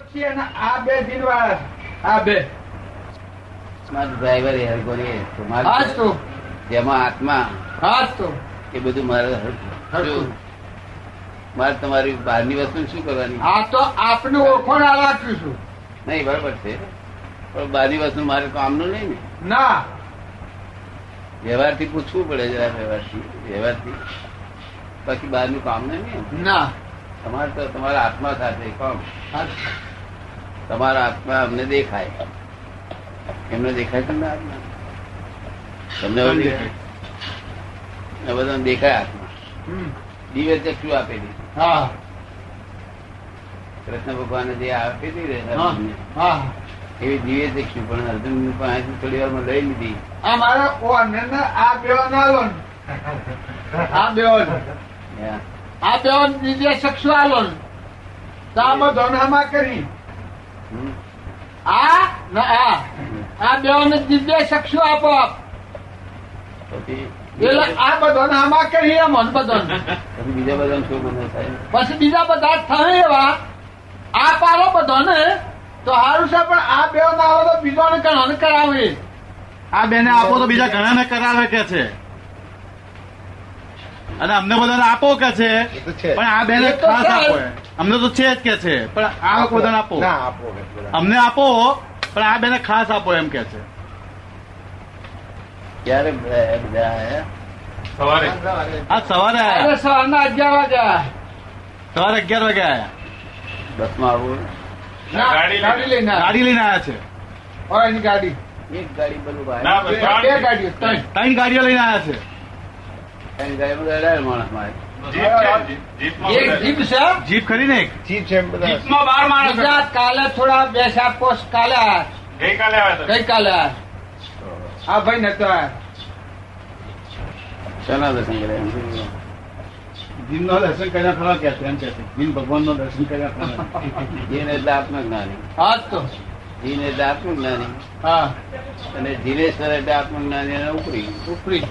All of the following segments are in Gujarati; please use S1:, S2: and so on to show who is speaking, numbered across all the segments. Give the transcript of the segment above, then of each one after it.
S1: ઈચ્છી અને આ બે દિનવાળા આ બે
S2: સ્માર્ટ ડ્રાઈવર એ હરગોની એ. તો મારું
S1: આજ તો
S2: જેમાં આત્મા
S1: આજ તો
S2: એ બધું મારે હરખું.
S1: હરખું.
S2: જો, મારે તમારી બહારની વસ્તુ શું કરવાની
S1: આ તો આપનું ઓળખાણ આ રાખ્યું છું
S2: નહીં બરાબર છે પણ બહારની વસ્તુ મારે કામનું નહીં ને
S1: ના
S2: વ્યવહારથી પૂછવું પડે જરા વ્યવહારથી વ્યવહારથી બાકી બહારનું કામ નહીં ને
S1: ના
S2: તમારે તો તમારા આત્મા સાથે કામ
S1: હા,
S2: તમારા આત્મા અમને દેખાય એમને દેખાય તમને આત્મા તમને હવે દેખાય? આ બધાને દેખાય આત્મા
S1: હમ.
S2: દિવ્ય ચક્ષુ આપેલી
S1: હા
S2: કૃષ્ણ ભગવાને જે આપેલી રે
S1: હા
S2: અર્જુનને,
S1: હા
S2: એવી દિવ્ય ચક્ષુ પણ અર્જુન પાસેથી થોડી વારમાં લઈ લીધી
S1: આ મારા ઓ ને ને આ બેવા ના લો ને. આ બેવા ને.
S2: હા.
S1: આ બેવા ને બીજે શખ્સો આ લો ને. તો આ ધોનામાં કરી
S2: હમ?
S1: આ ને આ આ બેવાને દિવ્ય શખ્સો આપો આપ
S2: પછી
S1: એટલે આ બધાને આમાં કરી એમ અને બધાને
S2: પછી બીજા બધાનો શોખ ઊભો થાય
S1: પછી બીજા બધા થાય એવા આ પારો બધાને તો સારું છે પણ આ બે ના આવે તો બીજાને કણ કરાવે
S3: આ બેને આપો તો બીજા ઘણાને કરાવે કે છે અને અમને બધાને આપો કે છે
S4: એ તો છે
S3: પણ આ બેને
S1: એ તો
S3: ખાસ
S1: છે.
S3: આપો એ. અમને તો છે જ કે છે પણ આ બધાને આપો
S4: ના આપો કે પેલા.
S3: અમને આપો પણ આ બેને ખાસ આપો એમ કે છે
S2: ક્યારે બધા બધા આયા?
S5: સવારે
S3: આ સવારે
S1: અરે
S3: આયા
S1: સવારના અગિયાર વાગ્યા
S3: સવારે અગિયાર વાગે આયા
S2: બસમાં આવું
S1: ના,
S5: ગાડી લઈને.
S1: ગાડી લઈને આવ્યા.
S3: ગાડી લઈને આયા છે
S1: ઓરાની ગાડી
S2: એક ગાડી પર ઉભા
S5: ના
S2: રહ્યા.
S1: બે
S5: બસ ત્રણ
S1: ગાડીઓ ત્રણ
S3: ત્રણ ગાડીઓ લઈને આયા છે
S2: ત્રણ ગાડીમાં અઢાર માણસ મારે
S5: જીપ છે જીપમાં
S1: એક જીપ
S5: બધા.
S1: છે
S3: જીપ ખરી ને એક
S4: જીપ છે એમ બધા
S5: જીપમાં બાર માણસ હતા.
S1: ગુજરાત કાલે થોડા બે ચાર પોસ્ટ કાલે આવ્યા.
S5: ગઈકાલે આવ્યા હતા
S1: ગઈકાલે આવ્યા. આ ભાઈ નતો આવ્યા.
S2: શાના દર્શન કર્યા એમ કીધું.
S3: જીમનો દર્શન કર્યા ખરા કે છે એમ કે છે જીમ ભગવાનનો દર્શન કર્યા ખરા
S2: જીન એટલે આત્મજ્ઞાની
S1: હા જ તો
S2: જીન એટલે આત્મજ્ઞાની
S1: હા
S2: અને જીનેશ્વર એટલે આત્મજ્ઞાની અને ઉપરી
S1: ઉપરી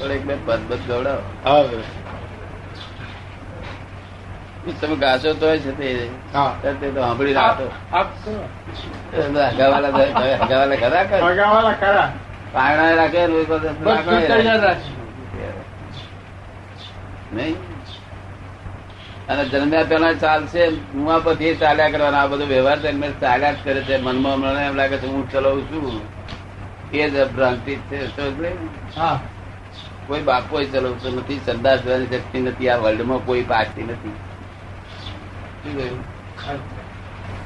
S2: પણ એક બે પદ પદ ગવડાવો
S4: હા
S2: તમે ગાશો તો છે તે
S4: હા
S2: તે તો સાંભળી રહ્યા
S1: આપ-
S2: તો
S1: આપ તો.
S2: હગાવાલા ધ- હગાવાલા ખરા કર
S1: ભગાવાલા ખરા.
S2: પારણા રાખે ને ઉપર
S1: બધું તૈયાર રાખજો.
S2: નહીં અને જન્મ્યા પેલા ચાલશે હું પછી ચાલ્યા કરવાના આ બધો વ્યવહાર તો એમને ચાલ્યા જ કરે છે મનમાં મને એમ લાગે છે હું ચલાવું છું એ જ ભ્રાંતિ છે સમજ ને?
S1: હા
S2: કોઈ બાપો ચલાવતો નથી સરદાર જોવાની શક્તિ નથી આ વર્લ્ડમાં કોઈ પાકતી નથી શું કહ્યું?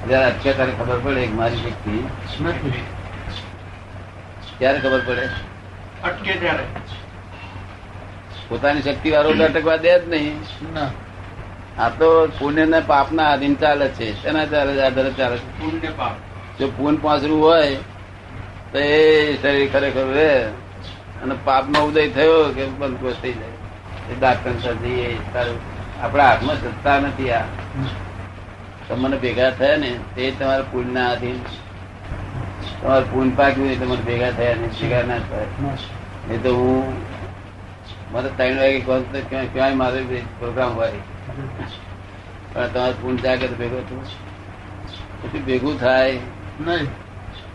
S2: જયારે અત્યારે ખબર પડે કે મારી શક્તિ
S1: નથી
S2: ત્યારે ખબર પડે
S5: અટકે ત્યારે
S2: પોતાની શક્તિ વાળો તો અટકવા દે જ નહીં
S1: ના
S2: આ તો પુણ્ય ને પાપ ના આધીન ચાલે છે તેના ચાલે આધારે ચાલે છે
S5: પુણ્ય પાપ
S2: જો પૂન પાછરું હોય તો એ શરીર ખરેખર રહે અને પાપ નો ઉદય થયો કે બંધકોશ થઈ જાય એ ડાક્ટર જઈએ સારું આપણા હાથમાં સત્તા નથી આ તમને ભેગા થયા ને તે તમારા પુણ્ય ના આધીન તમારું પૂન પાક્યું એ તમારે ભેગા થયા ને ભેગા ના થાય એ તો હું મારે ત્રણ વાગે કોલ તો ક્યાંય ક્યાંય મારે પ્રોગ્રામ હોય પણ તમારે પૂન જાગે તો ભેગો થયું પછી ભેગું થાય
S1: નહીં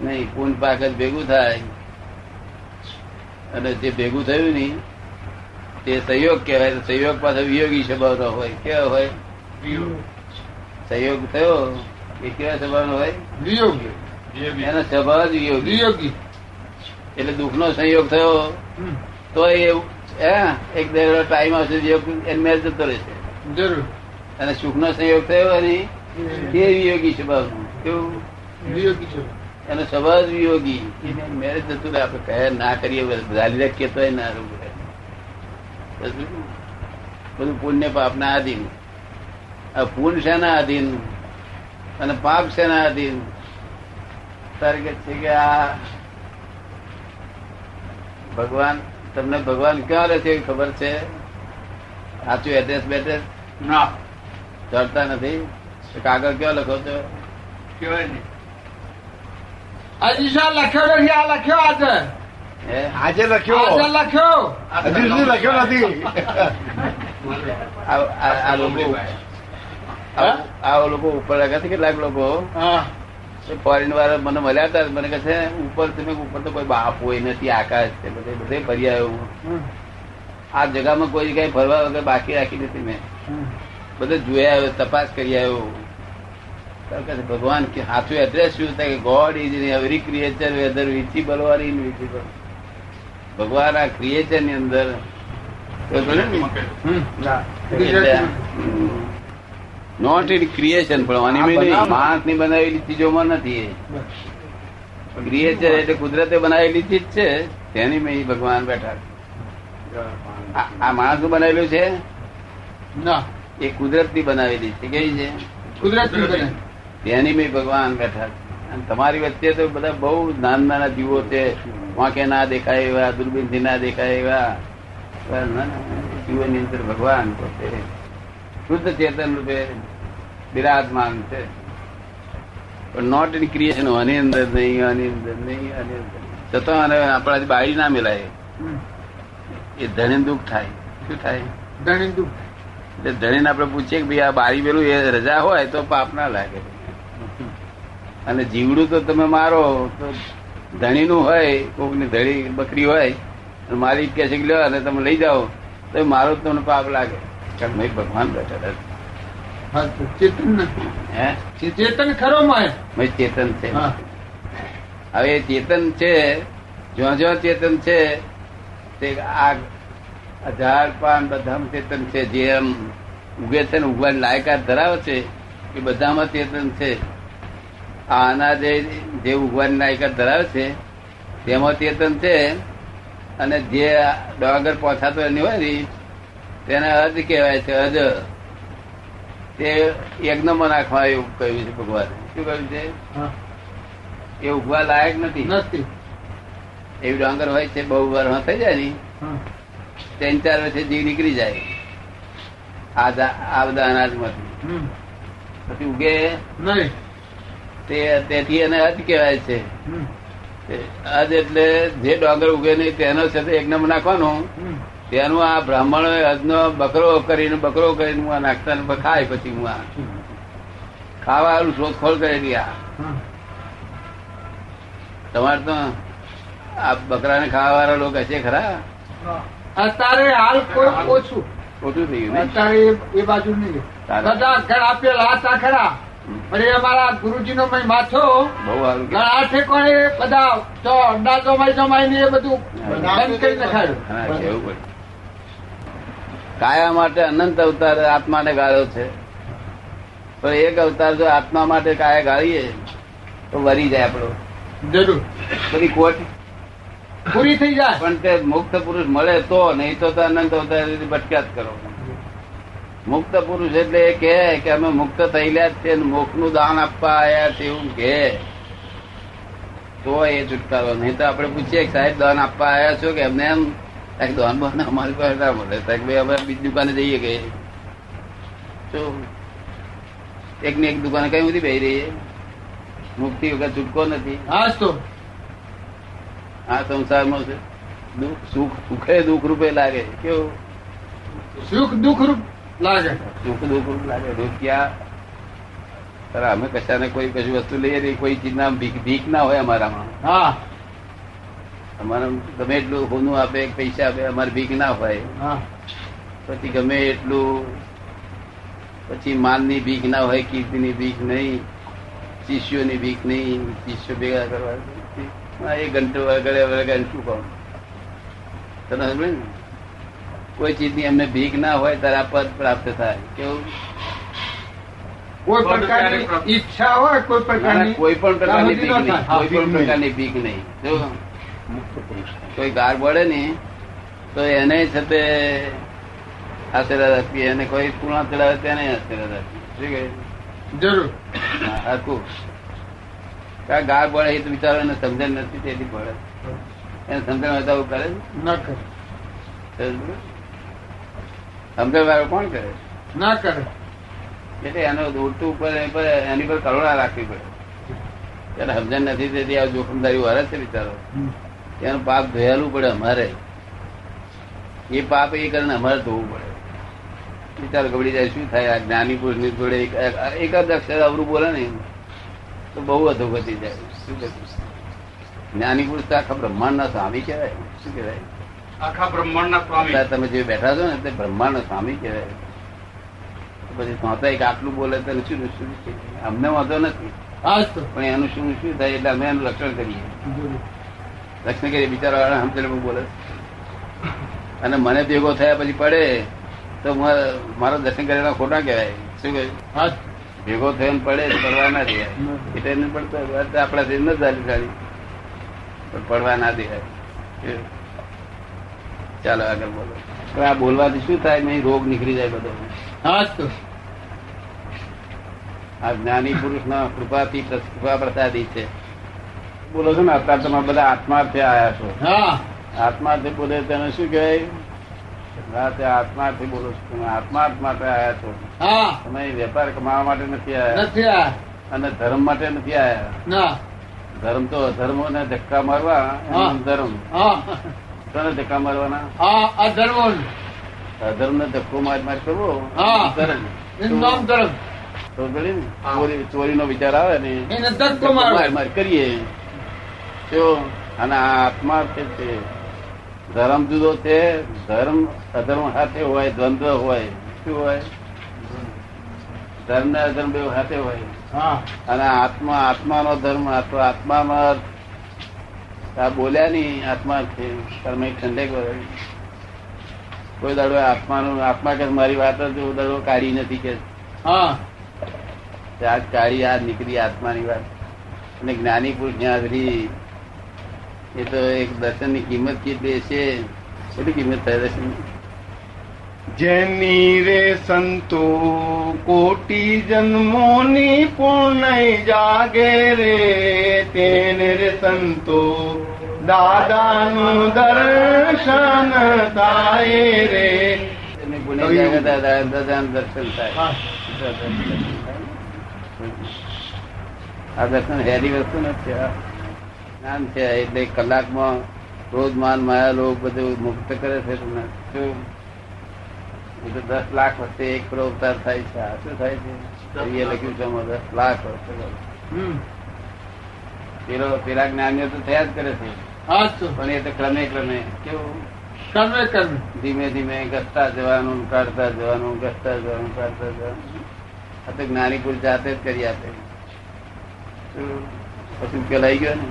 S2: નહીં પૂન પાક જ ભેગું થાય અને જે ભેગું થયું ને તે સહયોગ કહેવાય તો સહયોગ પાછો વિયોગી સ્વભાવનો હોય કેવો હોય સહયોગ થયો એ કેવા સ્વભાવનો હોય
S1: વિયોગી
S5: જે બી
S2: એનો સ્વભાવ જ વિયોગી
S1: વિયોગી
S2: એટલે દુઃખનો સંયોગ થયો
S1: હમ,
S2: તો એ હે, એક દેવડો ટાઈમ આવશે વિયોગ એને મેળ જતો રહેશે
S1: જરૂર
S2: અને સુખનો સંયોગ થયો ને તે વિયોગી સ્વભાવનો કેવું
S1: વિયોગી છે
S2: એનો સ્વભાવ જ વિયોગી એને મેરેજ થતું રહે. આપણે કહે ના કરીએ ઝાલી રાખીએ તોય ના રહું રહે. બધું બધું પુણ્ય પાપના આધીન આ પુણ્ય શેના આધીન અને પાપ શેના આધીન તારે કે છે કે આ ભગવાન તમને ભગવાન ક્યાં રહે છે એ ખબર છે સાચું એડ્રેસ બેડ્રેસ
S5: ના
S2: જડતા નથી તો કાગળ ક્યાં લખો છો
S5: કહેવાય નહીં
S1: હજી શા લખ્યો નથી આ લખ્યો આજે
S2: હે
S4: આજે
S1: આજે
S4: લખ્યો
S1: લખ્યો
S5: આ
S4: હજુ સુધી લખ્યો નથી
S2: આ- આ આ લોકો આ- આ લોકો ઉપર લાગ્યા છે કેટલાક લોકો
S3: હા
S2: ફોરેન વાળા મને મળ્યા હતા મને કહે છે ઉપર તમે ઉપર તો કોઈ બાપ હોય નથી આકાશ છે બધે બધે ફરી આવ્યો હું
S3: હમ.
S2: આ જગામાં કોઈ જગ્યાએ ફરવા વગર બાકી રાખી નથી મેં
S3: હમ.
S2: બધે જોઈ આવ્યો તપાસ કરી આવ્યો તો કહે છે, ભગવાન કે સાચું એડ્રેસ શું થાય કે God is in every creature whether visible or invisible ભગવાન આ ક્રિએચર ની અંદર તો બોલે ને,
S3: હમ. ના.
S2: નોટ ઇન ક્રિએશન પણ
S3: આ
S2: અનિમેલ
S3: બનાવ-
S2: માણસ ની બનાવેલી ચીજોમાં નથી એ. ક્રિએચર એટલે કુદરતે બનાવેલી ચીજ છે તેની મેં ભગવાન બેઠા છે. આ આ માણસનું બનાવેલું છે
S1: ના
S2: એ કુદરતની બનાવેલી છે કેવી છે
S1: કુદરત
S5: કુદરતી.
S2: તેની મેં ભગવાન બેઠા છે અને તમારી વચ્ચે તો બધા બહુ નાના નાના જીવો છે વાંકે ના દેખાય એવા દૂરબીનથી ના દેખાય એવા એવા નાના જીવોની અંદર ભગવાન પોતે શુદ્ધ ચેતન રૂપે બિરાજમાન છે પણ નોટ ઇન ક્રિએશન આની અંદર નહીં આની અંદર નહીં આની અંદર નહીં. છતાં અને આપણાથી બારી ના મિલાય એ ધણી દુઃખ થાય શું થાય
S1: ધણી
S2: એટલે ધણીને આપણે પૂછીએ કે ભાઈ આ બારી પેલું એ રજા હોય તો પાપ ના લાગે અને જીવડું તો તમે મારો તો ધણીનું હોય કોકની ધણી બકરી હોય અને મારી કે છે કે લ્યો અને તમે લઈ જાઓ તો એ મારો જ તમને પાપ લાગે કારણ કે મેં ભગવાન બેઠેલા છે.
S1: ચેતન
S2: હે
S1: નથી. ચેતન ખરો માં
S2: મેં ચેતન છે
S1: હા.
S2: હવે એ ચેતન છે જ્યાં જ્યાં ચેતન છે તે આ હજાર પાન બધામાં ચેતન છે જે એમ ઉગે છે ને ઉગવાની લાયકાત ધરાવે છે એ બધામાં ચેતન છે આ અનાજે જે ઉગવાની લાયકાત ધરાવે છે તેમાં ચેતન છે અને જે ડોગર પહોંચાતો એની હોય ને તેને અજ કહેવાય છે અજ તે યજ્ઞમાં નાખવા એવું કહ્યું છે ભગવાને શું કહ્યું છે
S1: હા.
S2: એ ઉગવા લાયક નથી
S1: નથી
S2: એવી ડાંગર હોય છે બહુ વાર હા થઈ જાય ને
S1: હા.
S2: ત્રણ ચાર વર્ષે જીવ નીકળી જાય આ જા- આ બધા અનાજમાંથી
S1: હમ.
S2: પછી ઉગે
S1: નહીં
S2: તે તેથી એને અજ કહેવાય છે
S1: હમ.
S2: તે અજ એટલે જે ડાંગર ઉગે નહીં તેનો સાથે યજ્ઞમાં નાખવાનો
S1: હમ.
S2: તેનું આ બ્રાહ્મણો અજનો બકરો કરીને બકરો કરીને હું આ નાખતા ને ખાય પછી હું આ ખાવાનું શોધખોળ કરેલી આ
S1: હા.
S2: તમારે તો આ બકરાને ખાવા વાળા લોકો હશે ખરા
S1: અત્યારે હાલ કોઈ ઓછું
S2: ખોટું થઈ ગયું ને
S1: અત્યારે એ- એ બાજુ નહીં
S2: સારું.
S1: બધા ઘર આપેલા હતા ખરા
S2: હમ.
S1: પણ એ અમારા ગુરુજીનો મહિમા છો
S2: બહુ સારું કહેવાય.
S1: ઘણા ઠેકોને બધા તો અંડા જમાઈ જમાઈને એ બધું
S2: હા.
S1: બંધ કરી નખાયું
S2: હા, કેવું પડે. કાયા માટે અનંત અવતાર આત્માને ગાળ્યો છે પણ એક અવતાર જો આત્મા માટે કાયા ગાળીએ તો વરી જાય આપણો
S1: જરૂર
S2: બધી કોટ
S1: પૂરી થઈ જાય
S2: પણ તે મુક્ત પુરુષ મળે તો નહીં તો તો અનંત અવતાર સુધી ભટક્યા જ કરો મુક્ત પુરુષ એટલે એ કહે કે અમે મુક્ત થયેલા જ છે મોક્ષ નું દાન આપવા આયા છે એવું કહે તો એ છુટકારો નહીં તો આપણે પૂછીએ કે સાહેબ દાન આપવા આયા છો કે એમને એમ કાંઈક દાન બાન અમારી પાસે ના મળે કાંઈક ભાઈ અમે બીજી દુકાને જઈએ કે તો એક ને એક દુકાને કઈ બધી બેહી રહીએ મુક્તિ વગર છૂટકો નથી
S1: હા તો
S2: આ સંસારમાં છે દુઃખ સુખ સુખે દુઃખ રૂપે લાગે કેવું
S1: સુખ દુઃખ રૂપ લાગે
S2: દુઃખ દુઃખ રૂપ લાગે રૂપિયા તારા અમે કશાને કોઈ કશું વસ્તુ લઈએ નહીં કોઈ ચીજના ભીખ ભીખ ના હોય અમારામાં
S1: હા
S2: અમારામાં ગમે એટલું હોનું આપે પૈસા આપે અમારે ભીખ ના હોય
S1: હા
S2: પછી ગમે એટલું પછી માલની ભીખ ના હોય કીર્તિની ભીખ નહીં શિષ્યોની ભીખ નહીં શિષ્યો ભેગા કરવા હા, એ ઘંટો વગડે વગડે શું કહું તને સમજે ને કોઈ ચીજની અમને ભીખ ના હોય તારા પદ પ્રાપ્ત થાય કેવું
S1: કોઈ
S5: બધું
S1: પ્રકારની
S5: ક્યારેય પ્રાપ્ત-
S1: ઈચ્છા હોય કોઈ
S2: ના, ના,
S1: પ્રકારની
S2: કોઈ પણ પ્રકારની
S1: પ્રગતિ
S2: ભીખ
S1: ન
S2: નહીં
S1: થાય.
S2: કોઈ
S3: ભીખ
S2: પણ
S3: નહીં.
S2: પ્રકારની ભીખ નહીં જો કોઈ ગાર પડે ને તો એને છતે આશીર્વાદ આપીએ અને કોઈ પૂર્ણ ચડાવે તેને આશીર્વાદ આપીએ શું કહે?
S1: જરૂર
S2: હા, હરખું. કારણ કે ગાર પડે એ તો બિચારો એને સમજણ નથી તેથી પડે એને સમજણ હોય તો આવું કરે
S1: ના કરે
S2: સમજણ વાળો કોણ કરે
S1: ના કરે
S2: એટલે એનો દોડતું ઉપર એ પર એની પર કરુણા રાખવી પડે ત્યારે સમજણ નથી તેથી આ જોખમદારી વાળા છે બિચારો
S1: હમ.
S2: એનું પાપ ધોયાલું પડે અમારે એ પાપ એ કરીને અમારે ધોવું પડે વિચાર ગબડી જાય શું થાય આ જ્ઞાની પુરુષની જોડે એક- એક જ અક્ષર અવરું બોલે ને તો બહુ અધોગતિ જાય શું કહેવાય? જ્ઞાની પુરુષ તો આખા બ્રહ્માંડના સ્વામી કહેવાય શું કહેવાય
S5: આખા બ્રહ્માંડના સ્વામી
S2: અત્યારે તમે જે બેઠા છો ને તે બ્રહ્માંડ સ્વામી કહેવાય તો પછી સ્વાતા એક આટલું બોલે તો શું શું અમને વાંધો નથી
S1: અસ્તુ
S2: પણ એનું શું શું થાય એટલે અમે એનું રક્ષણ કરીએ રક્ષણ કરીએ બિચારા વાળા સમજેલ બહુ બોલે અને મને ભેગો થયા પછી પડે તો મારા- મારા દર્શન કરેલા ખોટા કહેવાય શું કહે
S1: અસ્તુ
S2: ભેગો થઈને પડે તો પડવા ના દેવાય એટલે એને પડતો વાત આપણા થી ન ચાલી સારી પણ પડવા ના દેવાય એ. ચાલો આગળ બોલો પણ આ બોલવાથી શું થાય નહીં રોગ નીકળી જાય બધો
S1: અસ્તુ
S2: આ જ્ઞાની પુરુષ ના કૃપાથી પ્રસ- કૃપા પ્રસાદી છે બોલો છો ને અત્યારે તમે બધા આત્માર્થે આયા છો
S1: હા
S2: આત્માર્થે બોલે તેને શું કહેવાય રાતે આત્માર્થે બોલો છો તમે આત્માર્થ માટે આયા છો
S1: હા
S2: તમે વેપાર કમાવા માટે નથી આયા
S1: નથી આ
S2: અને ધર્મ માટે નથી આયા
S1: ના
S2: ધર્મ તો અધર્મો ને ધક્કા મારવા એનું
S1: હા.
S2: ધર્મ
S1: હા
S2: કોને ધક્કા મારવાના
S1: હા આ ધર્મ
S2: અધર્મ ને ધક્કો માર માર કરવો
S1: હા.
S2: ધર્મ.
S1: એનું નામ ધર્મ
S2: તો ભલે ને?
S5: હા.
S2: ચોરી ચોરીનો વિચાર આવે ને
S1: એને ધક્કો મારો
S2: માર માર કરીએ જો અને આ આત્મા છે તે ધર્મ જુદો છે ધર્મ અધર્મ સાથે હોય દ્વંદ્વ હોય શું હોય ધર્મ ને અધર્મ બે સાથે હોય
S1: હા
S2: અને આત્મા આત્માનો ધર્મ અથવા આત્માનો અર્થ આ બોલ્યા નહીં આત્મા છે તમે એક સંદેક વગાડી. કોઈ દાડો આત્માનું આત્મા કે મારી વાત જ એવો દાડો કાઢી નથી કે
S1: હા
S2: કે આજ કાઢી આ નીકળી આત્માની વાત અને જ્ઞાની પુરુષ ની હાજરી એ તો એક દર્શનની કિંમત કેટલી છે કેટલી કિંમત થાય દર્શન
S3: જેની રે સંતો કોટી જન્મોની પૂર્ણ જાગે રે તેને રે સંતો દાદાનું દર્શન થાય રે
S2: એને પુણે જાગ્રતા દાદાનું દર્શન થાય
S1: હા
S2: આ દર્શન હેરી વસ્તુ નથી આ જ્ઞાન છે એટલે કલાકમાં રોજ માન માયા લોક બધું મુક્ત કરે છે તમને શું? એ તો દસ લાખ વખતે એક કરોડ અવતાર થાય છે આ શું થાય છે એ લખ્યું છે આમાં દસ લાખ વર્ષે
S1: હમ
S2: પેલો પેલા જ્ઞાનીઓ તો થયા જ કરે છે
S1: અસ્તુ
S2: પણ એ તો ક્રમે ક્રમે કેવું
S1: કર્મે કર્મે
S2: ધીમે ધીમે ઘસતા જવાનું કાઢતા જવાનું ઘસતા જવાનું કાઢતા જવાનું આ તો જ્ઞાની પુરુષ જાતે જ કરી આપે શું? પછી ઉકેલ આવી ગયો ને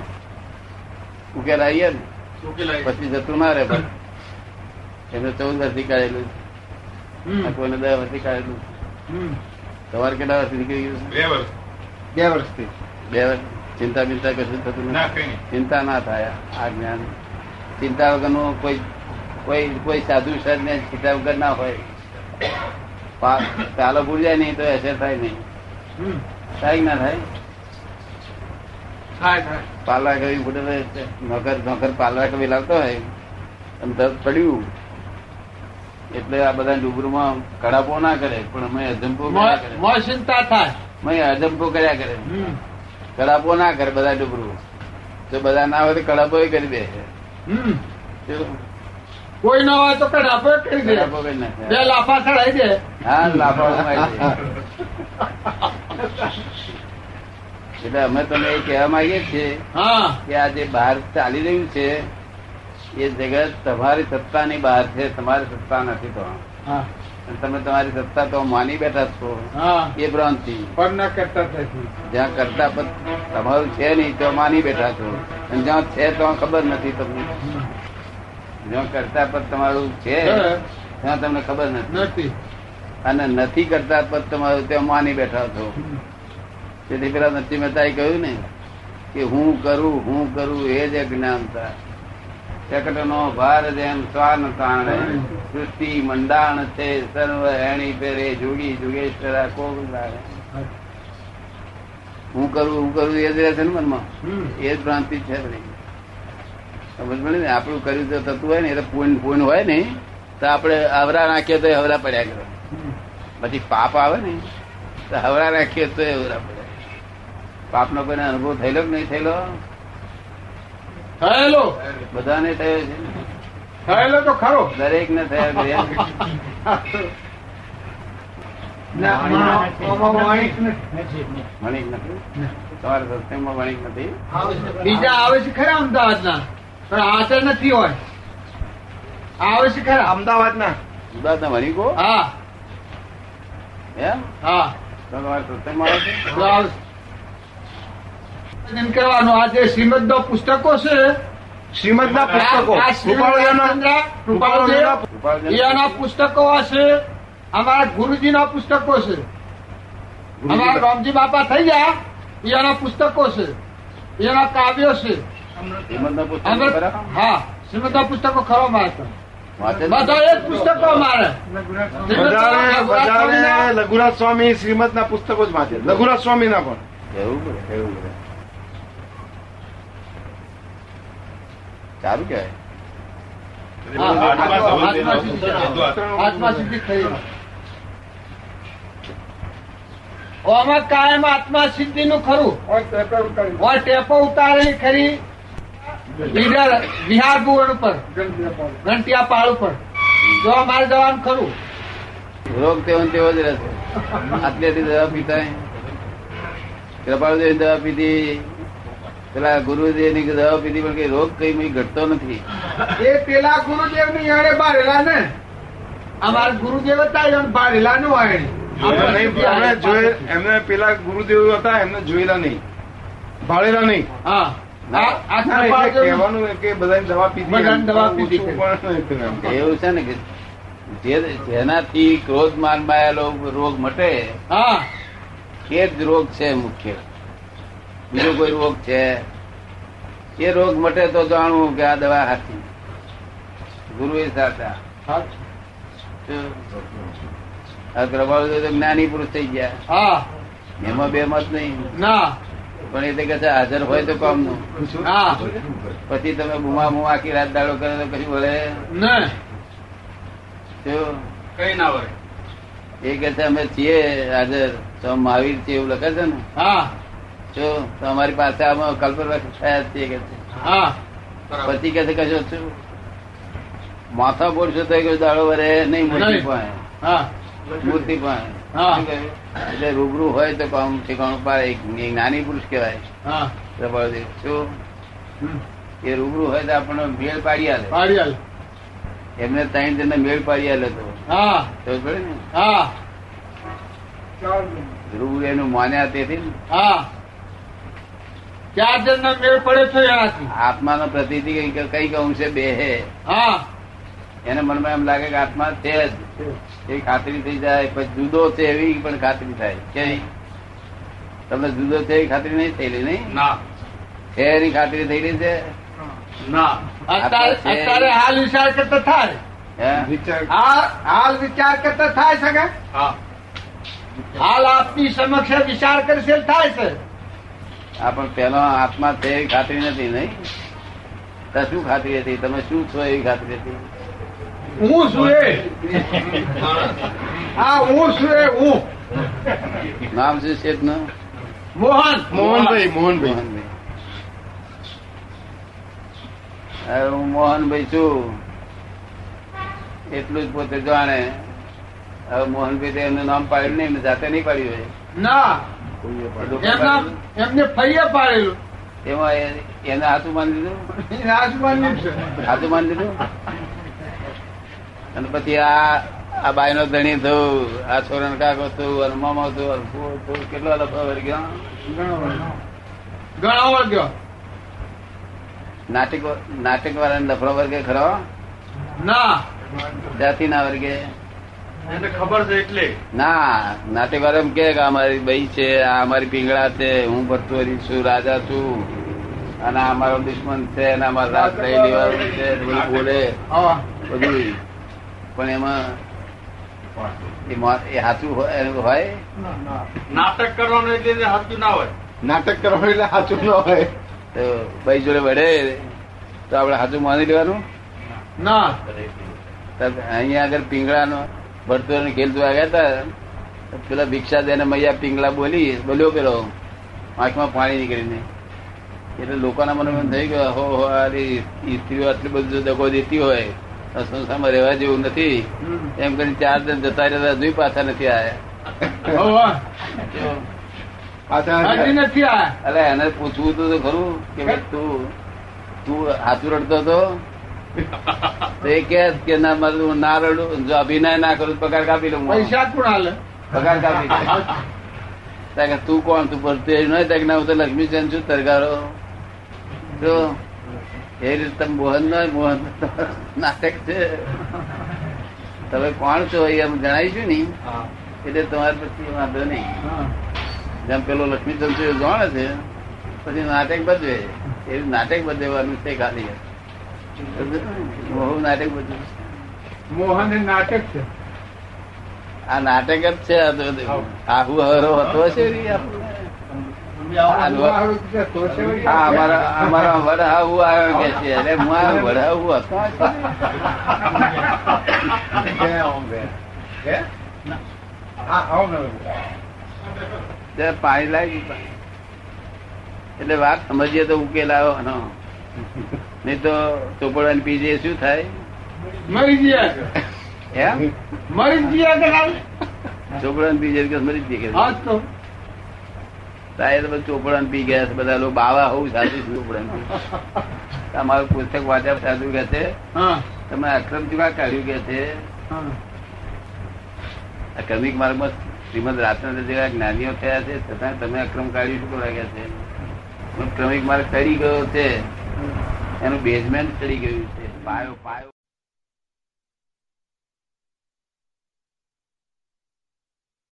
S2: ઉકેલ આવી ગયો ને
S5: ઉકેલાય
S2: પછી જતું ના રહે પણ એમને ચૌદ વર્ષથી કાઢેલું
S1: હમ
S2: આ કોઈને દસ વર્ષથી કાઢેલું
S1: હમ
S2: તમારે કેટલા વર્ષથી નીકળી ગયું
S5: બે વર્ષ
S3: બે વર્ષથી
S2: બે વર્ષ ચિંતા બિંતા કશું થતું નથી
S5: ના કઈ નહીં
S2: ચિંતા ના થાય આ જ્ઞાન ચિંતા વગરનું કોઈ કોઈ કોઈ સાધુ સંતને ચિંતા વગર ના હોય પા- ચાલો ભૂલ જાય નહીં તો અસર થાય નહીં
S1: હમ
S2: થાય કે ના થાય
S5: થાય થાય
S2: પાલવા કવિ ફૂટે તો નોકર નોકર પાલવા કવિ લાવતો હોય અને દર્દ પડ્યું એટલે આ બધા ડુગરમાં કડાપો ના કરે પણ અમે અજંપો કર્યા
S1: મોં-
S2: કરે
S1: મોં ચિંતા થાય
S2: અમે અજંપો કર્યા કરે
S1: હમ
S2: કડાપો ના કરે બધા ડુગરું જો બધા ના હોય તો કડાપો કરી દે
S1: હમ
S2: શું?
S1: કોઈ ના હોય તો કડાપો કરી દે
S2: કડાપો કરી નાખે.
S1: બે લાફા ચડાઈ દે
S2: હા લાફા મારી છે. એટલે અમે તમને એ કહેવા માંગીએ છીએ
S1: હા
S2: કે આ જે બહાર ચાલી રહ્યું છે એ જગત તમારી સત્તાની બહાર છે તમારી સત્તા નથી તો
S1: હા
S2: અને તમે તમારી સત્તા તો માની બેઠા છો
S1: હા
S2: એ ભ્રાંતિ
S1: પણ ના કરતા થતી
S2: જ્યાં કરતા પદ તમારું છે નહીં તો માની બેઠા છો અને જ્યાં છે તો ખબર નથી તમને જ્યાં કરતા પદ તમારું છે
S1: હે.
S2: ત્યાં તમને ખબર નથી
S1: નથી
S2: અને નથી કરતા પદ તમારું ત્યાં માની બેઠા છો તેથી પેલા નરસિંહ મહેતાએ કહ્યું ને કે હું કરું હું કરું એ જ અજ્ઞાનતા ચકટનો ભાર જેમ સ્વાન તાણે સૃષ્ટિ મંડાણ છે સર્વ એણી પેરે જોગી જોગેશ્વરા કોગ લાગે હું કરું હું કરું એ જ રહે છે ને મનમાં
S1: હમ
S2: એ જ ભ્રાંતિ છે બધી. સમજ પડી ને આપણું કર્યું તો થતું હોય ને એટલે પૂર્ણ પૂર્ણ હોય ને તો આપણે અવરા નાખીએ તો અવરા પડ્યા કરે
S1: હમ.
S2: પછી પાપ આવે ને તો હવરા રાખીએ તો હવરા પડે પાપનો કોઈને અનુભવ થયેલો કે નહીં થયેલો
S1: થયેલો
S2: બધાને થયો છે
S1: થયેલો તો ખરો
S2: દરેક ને થયા કર્યા
S1: ના, મણો- આમાં વણિક નથી.
S2: વણિક નથી તમારા સત્સંગમાં વણિક નથી
S1: બીજા આવે છે ખરા અમદાવાદના પણ હાજર નથી હોય આવે છે ખરા
S5: અમદાવાદના
S2: ઉદાહરણ વણિકો
S1: હા
S2: એમ
S1: હા
S2: તો તમારા સત્સંગમાં આવે છે?
S1: તો આવે છે. ભજન કરવાનું આ જે શ્રીમદ પુસ્તકો છે
S5: શ્રીમદના પુસ્તકો
S1: આ- આ શ્રીમદ
S5: કૃપાળુના-
S1: રાજચંદ્ર, કૃપાળુદેવ,
S5: કૃપાળુના-
S1: એના પુસ્તકો છે અમારા ગુરુજીના પુસ્તકો છે અમારા રામજી બાપા થઈ ગયા એના પુસ્તકો છે એના કાવ્યો છે
S2: શ્રીમદના પુસ્તકો
S1: અમર-
S2: ખરા?
S1: હા શ્રીમદના પુસ્તકો ખરો મારે તો.
S2: વાંચે છે?
S1: બધા એ જ પુસ્તકો અમારે
S5: બધાને બધાને લઘુરાજ સ્વામી શ્રીમદના પુસ્તકો જ વાંચે લઘુરાજ સ્વામીના પણ
S2: એવું બોલે, એવું બોલે. સારું કહેવાય.
S1: હા,
S4: આત્મા સંબંધે
S1: આત્મા સિદ્ધિ છે. આત્મા સિદ્ધિ થઈ ઓમાં કાયમ આત્મા સિદ્ધિ નું ખરું ઓય ટેપો ઉતારે ખરી લીડર વિહાર ભુવન ઉપર ઘંટિયા પાળ ઉપર જો અમારે જવાનું ખરું
S2: રોગ તેવો ને તેવો જ રહેશે આટલી દવા પીતા કૃપાળુદેવ દવા પીધી પેલા ગુરુદેવ ની દવા પીધી પણ કઈ રોગ કઈ મય ઘટતો નથી
S1: એ પેલા ગુરુદેવ ની એને બારેલા ને અમારા ગુરુદેવ હતા એને બારેલા નું
S5: એમને નહીં- એમને જોયે- એમને પેલા ગુરુદેવ હતા એમને જોયેલા નહીં ભાળેલા નહીં
S1: હા આ- આ
S5: ના, એટલે
S1: કૃપાળુદેવનું-
S5: કહેવાનું એ કે બધાને દવા પીધી
S1: બધાને દવા પીધી.
S5: ઓછું પણ એમ કે.
S2: એવું છે ને કે જે જેનાથી ક્રોધ માન માયેલો રોગ મટે
S1: હા
S2: એ જ રોગ છે મુખ્ય બીજો કોઈ રોગ છે એ રોગ મટે તો જાણવું કે આ દવા હતી ગુરુ એ સાચા શું? આ કૃપાળુદેવ તો જ્ઞાની પુરુષ થઈ ગયા
S1: હા
S2: એમાં બે મત નહીં
S1: ના
S2: પણ એ તો કહે છે હાજર હોય તો કામનું
S1: હા
S2: પછી તમે બુમા બુમા આખી રાત દાડો કરે તો કશું વળે
S1: ને
S2: શું?
S4: કઈ ના વળે
S2: એ કે છે અમે છીએ હાજર તો અમે મહાવીર છીએ એવું લખે છે ને
S1: હા
S2: શું? તો અમારી પાસે આમાં કલ્પવૃક્ષ થયા જ છીએ કે છે.
S1: હા
S4: બરાબર
S2: પછી કે છે કશો શું માથા બોલશો તો કોઈ દાડો વરે નહીં મૂર્તિ
S1: નહીં.
S2: પણ
S1: હા
S2: મૂર્તિ પણ
S1: હા.
S2: શું કહ્યું? એટલે રૂબરૂ હોય તો કામ ઠેકાણું પાડે એક જ્ઞાની પુરુષ કહેવાય
S1: હા
S2: પ્રભાવદેવ શું
S1: હમ.
S2: એ રૂબરૂ હોય તો આપણને મેળ પાડી આલે
S1: પાડી આલ.
S2: એમને ત્રણ જણને મેળ પાડી આલે તો
S1: હા
S2: ખબર પડે ને
S1: હા
S2: ધ્રુવ એનું માન્યા તેથી ને
S1: હા ચાર જણનો મેળ પડે છે એનાથી
S2: આત્માનો પ્રતિથી કંઈક કંઈક અંશે બે હે
S1: હા
S2: એને મનમાં એમ લાગે કે આત્મા છે જ એ ખાતરી થઈ જાય પછી જુદો છે એવી પણ ખાતરી થાય કે તમને જુદો છે એવી ખાતરી નહીં થયેલી નહીં
S4: ના
S2: છે એની ખાતરી થયેલી છે
S4: ના
S1: અત્યારે
S2: આપણે છે.
S1: અત્યારે હાલ વિચાર કરતા થાય
S2: હે?
S5: વિચાર
S1: હાલ હાલ વિચાર કરતા થાય છે કે
S4: હા
S1: હાલ આપની સમક્ષ વિચાર કરશે થાય છે
S2: આ પણ પેલો આત્મા છે એવી ખાતરી નથી નહીં તો શું ખાતરી હતી તમે શું છો એવી ખાતરી હતી
S1: હું છું એ હા હું છું એ હું
S2: નામ શું શેઠ નું
S1: મોહન
S5: મોહનભાઈ મોહનભાઈ
S2: મોહનભાઈ અરે હું મોહનભાઈ છું એટલું જ પોતે જાણે હવે મોહનભાઈ તો એમનું નામ પાડ્યું નહીં એમને જાતે નહીં પાડ્યું હોય.
S1: ના
S2: લોકોએ
S1: એમના
S2: પાડ્યું.
S1: એમને ફૈયે પાડેલું
S2: એમાં એ- એને હાથું માની દીધું
S1: રાજમાન છે
S2: હાથું માની દીધું અને પછી આ આ બાયનો ધણી થયું આ છોરણ કાકો થયું અને મામા થયું અને ફૂ થયું કેટલો લફો વળી ગયો
S1: ઘણા વળગ્યો
S2: નાટક નાટક વાળાને લફડો વર્ગે ખરો
S1: ના
S2: જાતિ ના વર્ગે
S5: એને ખબર છે એટલે
S2: ના નાટેકર એમ કે કે અમારી બઈ છે આ અમારી પીંગળા છે હું ભરતુરી છું રાજા છું અને આ અમારો દુશ્મન છે અને અમારો રાજ લઈ લેવાનું છે ને બધું બોલે
S1: આવા
S2: બધું પણ એમાં એ મો- એ સાચું હોય એનું હોય
S4: નાટક કરવાનું એટલે એને હાથું ના હોય
S5: નાટક કરવાનું એટલે સાચું ન હોય
S2: તો ભાઈ જોડે વડે તો આપણે સાચું માની લેવાનું
S1: ના
S2: તો અહીંયા આગળ પીંગળાનો ભરતુરી ખેલ જોવા ગયા હતા તો પેલા ભિક્ષા દેને મૈયા પીંગળા બોલી બોલ્યો પેલો આંખમાં પાણી નીકળીને એટલે લોકોના મનોમન થઈ ગયો હો હો આ રી- ઈ સ્ત્રીઓ આટલી બધું દગો દેતી હોય તો સંસારમાં રહેવા જેવું નથી એમ કરીને ચાર જણ જતા રહેતા હજુ પાછા નથી આવ્યા
S5: પાછા
S1: હજી નથી આ
S2: અરે એને પૂછવું હતું તો ખરું કે ભાઈ તું તું હાથું રડતો હતો તો એ કે કે ના મારું હું ના રડું જો અભિનય ના કરું તો પગાર કાપી લઉં હું.
S1: પૈસા કોણ હાલે
S2: પગાર કાપી દે. ત્યાં કે તું કોણ તું ભરતી નહીં ત્યાં કે ના હું તો લક્ષ્મીચંદ છું તરગારો જો એ રીતે તમે મોહન ના મોહન નાટક છે તમે કોણ છો એ અમે જણાવીશું ને
S4: હા
S2: એટલે તમારે પછી વાંધો નહીં જેમ પેલો લક્ષ્મીચંદ છે એ જાણે છે પછી નાટક બદલે એ નાટક બદલવાનું છે ખાલી મોહન નાટક બદલું
S1: મોહન એ નાટક છે
S2: આ નાટક જ છે આ તો બધું. આહુ હરો હતો છે રી આપણને. આ
S1: આવું છે, તો છે વળી.
S2: આ અમારા અમારા વડાવું આવ્યો કે છે અરે હું આ વડાવું હતો તે પાણી લાવી દીધું. એટલે વાત સમજીએ તો ઉકેલ આવ્યો આનો. નહીં તો ચોપડવાની પીજે શું થાય
S1: મરી ગયા છે.
S2: એમ
S1: મરી જ ગયા છે ખાલી.
S2: ચોપડાને પી જાય કે મરી જ ગઈ
S1: હા તો
S2: સાહેબ બધા ચોપડાને પી ગયા છે બધા લોકો બાવા હોવું સાચું છે ચોપડાને પી. તમારું પુસ્તક વાંચ્યા સાચું કે છે
S1: હા
S2: તમે અક્રમ ચુકા કાઢ્યું કે છે
S1: હા
S2: આ ક્રમિક માર્ગમાં શ્રીમદ રાજચંદ્ર જેવા જ્ઞાનીઓ થયા છે છતાં તમે અક્રમ કાઢ્યું શું કરવા ગયા છે પણ ક્રમિક માર્ગ ચડી ગયો છે એનું બેઝમેન્ટ ચડી ગયું છે પાયો પાયો